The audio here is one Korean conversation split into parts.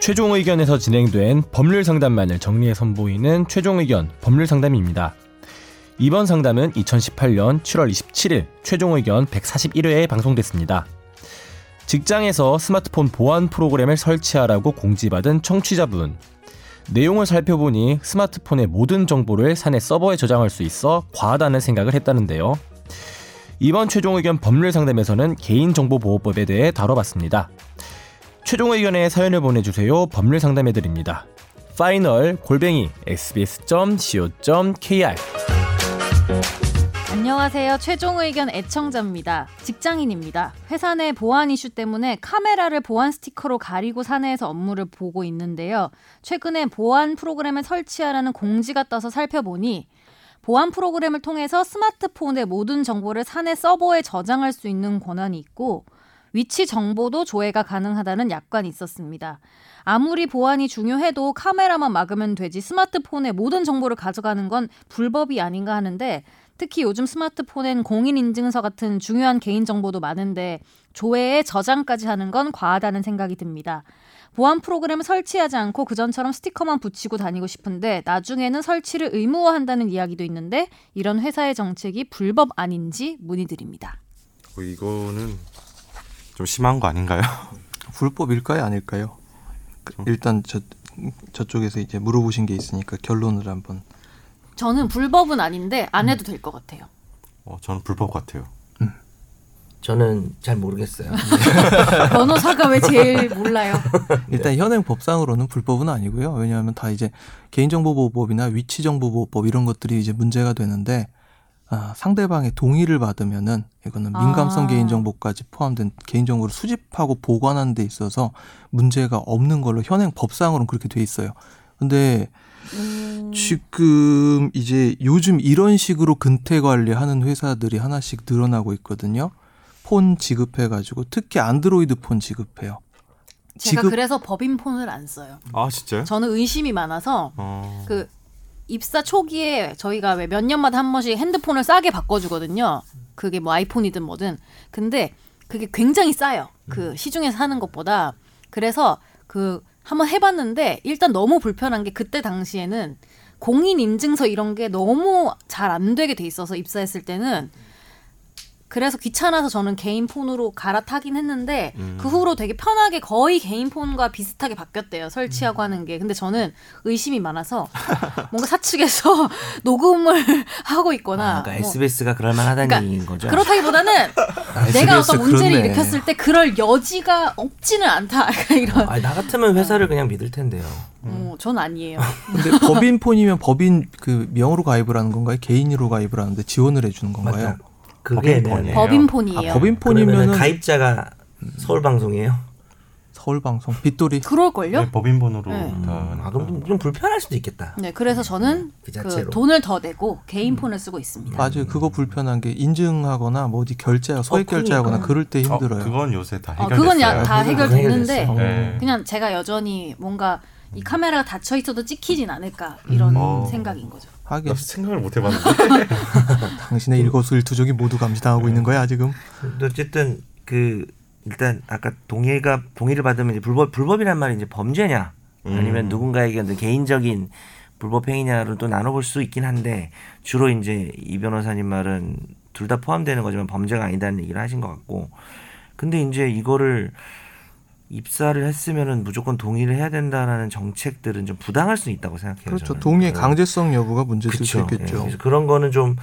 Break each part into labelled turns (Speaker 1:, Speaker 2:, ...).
Speaker 1: 최종 의견에서 진행된 법률 상담만을 정리해 선보이는 최종 의견 법률 상담입니다. 이번 상담은 2018년 7월 27일 최종 의견 141회에 방송됐습니다. 직장에서 스마트폰 보안 프로그램을 설치하라고 공지받은 청취자분. 내용을 살펴보니 스마트폰의 모든 정보를 사내 서버에 저장할 수 있어 과하다는 생각을 했다는데요. 이번 최종 의견 법률 상담에서는 개인정보보호법에 대해 다뤄봤습니다. 최종 의견에 사연을 보내주세요. 법률 상담해드립니다. 파이널 골뱅이 sbs.co.kr
Speaker 2: 안녕하세요. 최종 의견 애청자입니다. 직장인입니다. 회사 내 보안 이슈 때문에 카메라를 보안 스티커로 가리고 사내에서 업무를 보고 있는데요. 최근에 보안 프로그램을 설치하라는 공지가 떠서 살펴보니 보안 프로그램을 통해서 스마트폰의 모든 정보를 사내 서버에 저장할 수 있는 권한이 있고 위치 정보도 조회가 가능하다는 약관이 있었습니다. 아무리 보안이 중요해도 카메라만 막으면 되지 스마트폰의 모든 정보를 가져가는 건 불법이 아닌가 하는데 특히 요즘 스마트폰엔 공인인증서 같은 중요한 개인정보도 많은데 조회에 저장까지 하는 건 과하다는 생각이 듭니다. 보안 프로그램을 설치하지 않고 그전처럼 스티커만 붙이고 다니고 싶은데 나중에는 설치를 의무화한다는 이야기도 있는데 이런 회사의 정책이 불법 아닌지 문의드립니다.
Speaker 3: 어, 이거는 좀 심한 거 아닌가요?
Speaker 4: 불법일까요, 아닐까요? 그, 일단 저 저쪽에서 이제 물어보신 게 있으니까 결론을 한번
Speaker 2: 저는 불법은 아닌데 안 해도 될 것 같아요.
Speaker 3: 어, 저는 불법 같아요.
Speaker 5: 저는 잘 모르겠어요.
Speaker 2: 변호사가 왜 제일 몰라요?
Speaker 4: 일단 현행 법상으로는 불법은 아니고요. 왜냐하면 다 이제 개인정보보호법이나 위치정보보호법 이런 것들이 이제 문제가 되는데 아, 상대방의 동의를 받으면은 이거는 민감성
Speaker 2: 아.
Speaker 4: 개인정보까지 포함된 개인정보를 수집하고 보관하는 데 있어서 문제가 없는 걸로 현행 법상으로는 그렇게 돼 있어요. 근데 지금 이제 요즘 이런 식으로 근태 관리하는 회사들이 하나씩 늘어나고 있거든요. 폰 지급해가지고 특히 안드로이드 폰 지급해요.
Speaker 2: 제가
Speaker 4: 지금-
Speaker 2: 그래서 법인 폰을 안 써요.
Speaker 3: 아 진짜요?
Speaker 2: 저는 의심이 많아서
Speaker 3: 어,
Speaker 2: 그 입사 초기에 저희가 왜 몇 년마다 한 번씩 핸드폰을 싸게 바꿔주거든요. 그게 뭐 아이폰이든 뭐든. 근데 그게 굉장히 싸요. 그 시중에서 사는 것보다. 그래서 그 한번 해봤는데 일단 너무 불편한 게 그때 당시에는 공인 인증서 이런 게 너무 잘 안 되게 돼 있어서 입사했을 때는 그래서 귀찮아서 저는 개인 폰으로 갈아타긴 했는데 그 후로 되게 편하게 거의 개인 폰과 비슷하게 바뀌었대요 설치하고 하는 게 근데 저는 의심이 많아서 뭔가 사측에서 녹음을 하고 있거나
Speaker 5: 아, 그러니까
Speaker 2: 뭐
Speaker 5: SBS가 그럴만 하다는
Speaker 2: 그러니까
Speaker 5: 얘기인 거죠.
Speaker 2: 그렇다기보다는 내가 어떤 문제를
Speaker 4: 그렇네.
Speaker 2: 일으켰을 때 그럴 여지가 없지는 않다 이런
Speaker 5: 아, 나 같으면 회사를 그냥 믿을 텐데요.
Speaker 2: 어, 전 아니에요
Speaker 4: 근데 법인 폰이면 법인 그 명으로 가입을 하는 건가요? 개인으로 가입을 하는데 지원을 해주는 건가요?
Speaker 5: 맞다. 그게
Speaker 3: 법인
Speaker 5: 애매하네.
Speaker 3: 폰이에요.
Speaker 2: 법인 폰이에요
Speaker 4: 아, 법인
Speaker 5: 예. 그러면은
Speaker 4: 폰이면은
Speaker 5: 가입자가 서울 방송이에요.
Speaker 4: 서울 방송 빗돌이
Speaker 2: 그럴걸요
Speaker 3: 네, 법인번호로
Speaker 2: 네.
Speaker 3: 다.
Speaker 5: 아 그럼 좀, 좀 불편할 수도 있겠다.
Speaker 2: 네 그래서 저는 그
Speaker 5: 그 자체로.
Speaker 2: 돈을 더 내고 개인 폰을 쓰고 있습니다
Speaker 4: 맞아요. 그거 불편한 게 인증하거나 뭐 어디 결제하 소액
Speaker 5: 음. 어, 그러니까.
Speaker 4: 결제하거나 그럴 때
Speaker 3: 어,
Speaker 4: 힘들어요.
Speaker 3: 그건 요새 네. 다
Speaker 2: 어,
Speaker 3: 해결됐어요.
Speaker 2: 그건 야, 다 해결됐는데
Speaker 5: 해결됐어.
Speaker 3: 네.
Speaker 2: 그냥 제가 여전히 뭔가 이 카메라가 닫혀 있어도 찍히진 않을까
Speaker 5: 음.
Speaker 2: 이런
Speaker 3: 어.
Speaker 2: 생각인 거죠.
Speaker 4: 하긴
Speaker 3: 나 생각을 못 해봤는데.
Speaker 4: 당신의 일거수일투족이 모두 감시당하고 있는 거야 지금.
Speaker 5: 근데 어쨌든 그 일단 아까 동의가 동의를 받으면 이제 불법 불법이란 말이 이제 범죄냐
Speaker 4: 음.
Speaker 5: 아니면 누군가에게 어떤 개인적인 불법 행위냐를 또 나눠볼 수 있긴 한데 주로 이제 이 변호사님 말은 둘 다 포함되는 거지만 범죄가 아니다는 얘기를 하신 것 같고 근데 이제 이거를 입사를 했으면은 무조건 동의를 해야 된다라는 정책들은 좀 부당할 수 있다고 생각해요.
Speaker 4: 그렇죠.
Speaker 5: 저는.
Speaker 4: 동의의
Speaker 5: 네.
Speaker 4: 강제성 여부가 문제될 수
Speaker 5: 그렇죠. 예,
Speaker 4: 있겠죠.
Speaker 5: 그래서 그런 거는 좀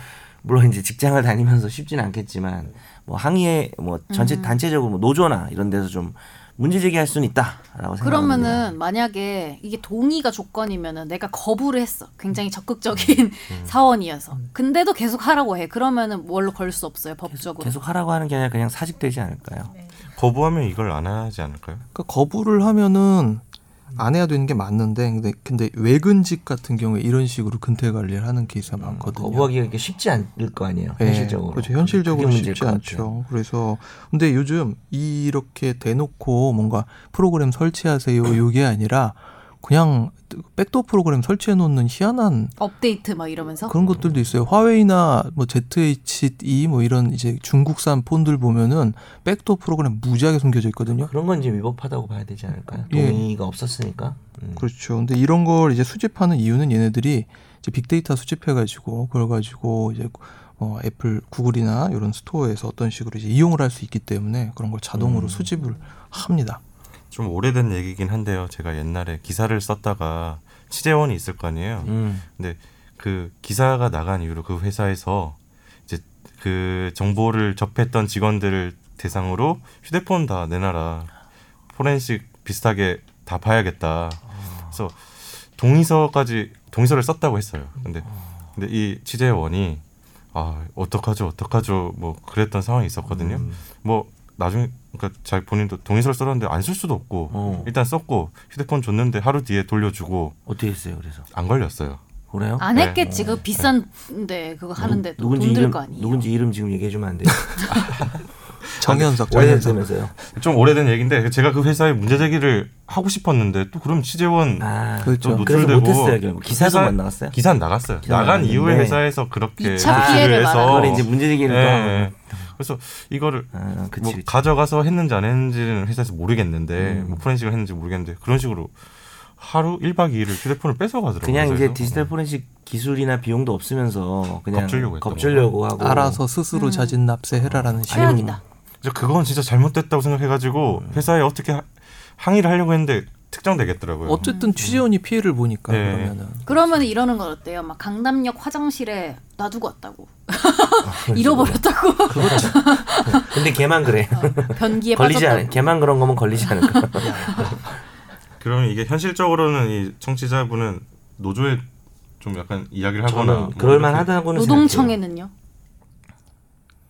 Speaker 5: 물론 이제 직장을 다니면서 쉽진 않겠지만 뭐 항의에 뭐
Speaker 2: 음.
Speaker 5: 전체 단체적으로 뭐 노조나 이런 데서 좀 문제 제기할 수는 있다라고 생각합니다.
Speaker 2: 그러면은 만약에 이게 동의가 조건이면은 내가 거부를 했어. 굉장히 적극적인
Speaker 5: 음.
Speaker 2: 사원이어서. 근데도 계속 하라고 해. 그러면은 뭘로 걸 수 없어요 법적으로.
Speaker 5: 계속 하라고 하는 게 아니라 그냥 사직되지 않을까요?
Speaker 2: 네.
Speaker 3: 거부하면 이걸 안 하지 않을까요?
Speaker 4: 그러니까 거부를 하면은 안 해야 되는 게 맞는데 근데 근데 외근직 같은 경우에 이런 식으로 근태 관리를 하는 케이스가 많거든요.
Speaker 5: 음, 거부하기가 이게 쉽지 않을 거 아니에요.
Speaker 4: 예,
Speaker 5: 현실적으로.
Speaker 4: 그렇죠. 현실적으로
Speaker 5: 그게 문제일
Speaker 4: 쉽지
Speaker 5: 것 같아요.
Speaker 4: 않죠. 그래서 근데 요즘 이렇게 대놓고 뭔가 프로그램 설치하세요 이게 아니라 그냥 백도어 프로그램 설치해 놓는 희한한
Speaker 2: 업데이트 막 이러면서
Speaker 4: 그런 것들도 있어요. 화웨이나 뭐 ZHE 뭐 이런 이제 중국산 폰들 보면은 백도어 프로그램 무지하게 숨겨져 있거든요.
Speaker 5: 그런 건 이제 위법하다고 봐야 되지 않을까요?
Speaker 4: 예.
Speaker 5: 동의가 없었으니까. 음.
Speaker 4: 그렇죠. 근데 이런 걸 이제 수집하는 이유는 얘네들이 이제 빅데이터 수집해가지고 그걸 가지고 이제 어, 애플, 구글이나 이런 스토어에서 어떤 식으로 이제 이용을 할 수 있기 때문에 그런 걸
Speaker 5: 음.
Speaker 4: 자동으로 수집을 합니다.
Speaker 3: 좀 오래된 얘기긴 한데요. 제가 옛날에 기사를 썼다가 취재원이 있을 거 아니에요.
Speaker 5: 음.
Speaker 3: 근데 그 기사가 나간 이후로 그 회사에서 이제 그 정보를 접했던 직원들을 대상으로 휴대폰 다 내놔라. 포렌식 비슷하게 다 봐야겠다. 그래서 동의서까지 동의서를 썼다고 했어요. 근데 근데 이 취재원이 아 어떡하죠 어떡하죠 뭐 그랬던 상황이 있었거든요. 뭐 나중에 그러니까 잘 본인도 동의서를 썼는데 안 쓸 수도 없고
Speaker 5: 어.
Speaker 3: 일단 썼고 휴대폰 줬는데 하루 뒤에 돌려주고
Speaker 5: 어떻게 했어요? 그래서
Speaker 3: 안 걸렸어요.
Speaker 5: 그래요?
Speaker 2: 안
Speaker 3: 네.
Speaker 2: 했겠지 그 비싼데 그거 하는데 도
Speaker 5: 누군지
Speaker 2: 돈 들
Speaker 5: 이름
Speaker 2: 거 아니에요.
Speaker 5: 누군지 이름 지금 얘기해 주면 안 돼요. 아,
Speaker 4: 정현석, 정현석.
Speaker 5: 오래됐다면서요.
Speaker 3: 좀 오래된 얘기인데 제가 그 회사에 문제 제기를 하고 싶었는데 또 그럼 취재원
Speaker 5: 아,
Speaker 4: 그렇죠.
Speaker 3: 또
Speaker 5: 그래서
Speaker 3: 노출되고
Speaker 5: 못했어요. 결국 기사도
Speaker 3: 회사-
Speaker 5: 안 나왔어요.
Speaker 3: 기사는 나갔어요.
Speaker 5: 기사는
Speaker 3: 나간
Speaker 5: 나갔는데.
Speaker 3: 이후에 회사에서 그렇게
Speaker 2: 이차
Speaker 3: 조치를
Speaker 2: 피해를 말하는
Speaker 5: 그걸 이제 문제 제기를 또 하고.
Speaker 3: 어. 예, 예. 그래서 이거를
Speaker 5: 아, 그치,
Speaker 3: 뭐
Speaker 5: 그치. 음.
Speaker 3: 가져가서 했는지 안 했는지는 회사에서 모르겠는데 뭐 포렌식을 했는지 모르겠는데 그런 식으로 하루 1박 2일을 휴대폰을 뺏어 가더라고요.
Speaker 5: 그냥 이제 디지털 포렌식 기술이나 비용도 없으면서 그냥
Speaker 3: 예. 겁주려고 했던
Speaker 5: 겁주려고 하고
Speaker 4: 알아서 스스로 자진 납세해라라는 식으로.
Speaker 2: 최악이다.
Speaker 3: 그래서 그건 진짜 잘못됐다고 생각해
Speaker 5: 음.
Speaker 3: 가지고 회사에 어떻게 하- 항의를 하려고 했는데 특정되겠더라고요.
Speaker 5: 음.
Speaker 4: 어쨌든 취재원이 피해를 보니까
Speaker 3: 네.
Speaker 4: 그러면은
Speaker 2: 그러면 이러는 건 어때요? 막 강남역 화장실에 놔두고 왔다고 잃어버렸다고
Speaker 5: 그렇죠. 근데 걔만 그래.
Speaker 2: 변기에
Speaker 5: 걸리지 않아.
Speaker 2: 빠졌다고.
Speaker 5: 걔만 그런 거면 걸리지 않을까.
Speaker 3: 그러면 이게 현실적으로는 이 청취자분은 노조에 좀 약간 이야기를 하거나
Speaker 5: 저는
Speaker 3: 뭐
Speaker 5: 그럴
Speaker 3: 이렇게
Speaker 5: 만하다고는
Speaker 2: 노동청에는
Speaker 4: 그러니까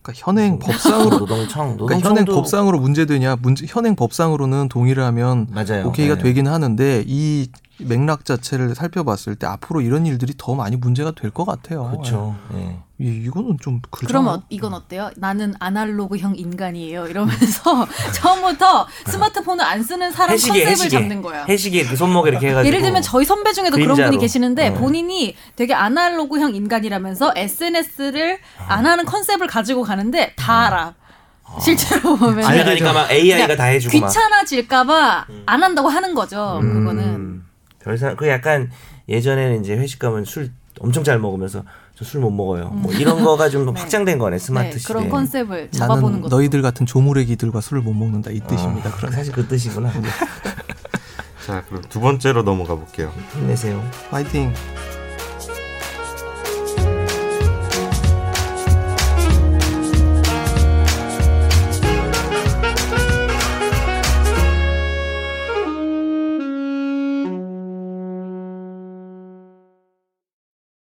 Speaker 5: 음.
Speaker 4: 현행
Speaker 5: 생각해요.
Speaker 4: 법상으로
Speaker 5: 노동청
Speaker 4: 그러니까
Speaker 5: 노동청도
Speaker 4: 현행 법상으로 문제되냐? 문제 현행 법상으로는 동의를 하면
Speaker 5: 맞아요.
Speaker 4: 오케이가
Speaker 5: 네.
Speaker 4: 되긴 하는데 이 맥락 자체를 살펴봤을 때 앞으로 이런 일들이 더 많이 문제가 될 것 같아요.
Speaker 5: 그렇죠.
Speaker 3: 뭐.
Speaker 5: 예.
Speaker 4: 예. 이, 이거는 좀 그렇죠.
Speaker 2: 그럼 어, 이건 어때요? 나는 아날로그형 인간이에요 이러면서 처음부터 스마트폰을 안 쓰는 사람
Speaker 5: 해시계
Speaker 2: 컨셉을
Speaker 5: 해시계
Speaker 2: 잡는 거야.
Speaker 5: 해시계 그 손목에 이렇게 해가지고
Speaker 2: 예를 들면 저희 선배 중에도 그런
Speaker 5: 그림자로.
Speaker 2: 분이 계시는데
Speaker 5: 네.
Speaker 2: 본인이 되게 아날로그형 인간이라면서 SNS를
Speaker 5: 아.
Speaker 2: 안 하는 컨셉을 가지고 가는데 다 알아. 실제로 보면
Speaker 5: 집에 가니까 음. 아. 막
Speaker 2: 그러니까
Speaker 5: AI가 다 해주고 막.
Speaker 2: 귀찮아질까봐 안 한다고 하는 거죠. 그거는
Speaker 5: 음, 별상 그 약간 예전에는 이제 회식 가면 술 엄청 잘 먹으면서 저 술 못 먹어요. 뭐 이런 거가 좀
Speaker 2: 네.
Speaker 5: 확장된 거네 스마트
Speaker 2: 네,
Speaker 5: 시대.
Speaker 2: 그런 컨셉을 잡아보는
Speaker 4: 나는
Speaker 2: 거죠.
Speaker 4: 너희들 같은 조무래기들과 술을 못 먹는다
Speaker 5: 아.
Speaker 4: 이 뜻입니다.
Speaker 5: 그런 사실 그 뜻이구나.
Speaker 3: 자 그럼 두 번째로 넘어가 볼게요.
Speaker 5: 힘내세요.
Speaker 4: 파이팅.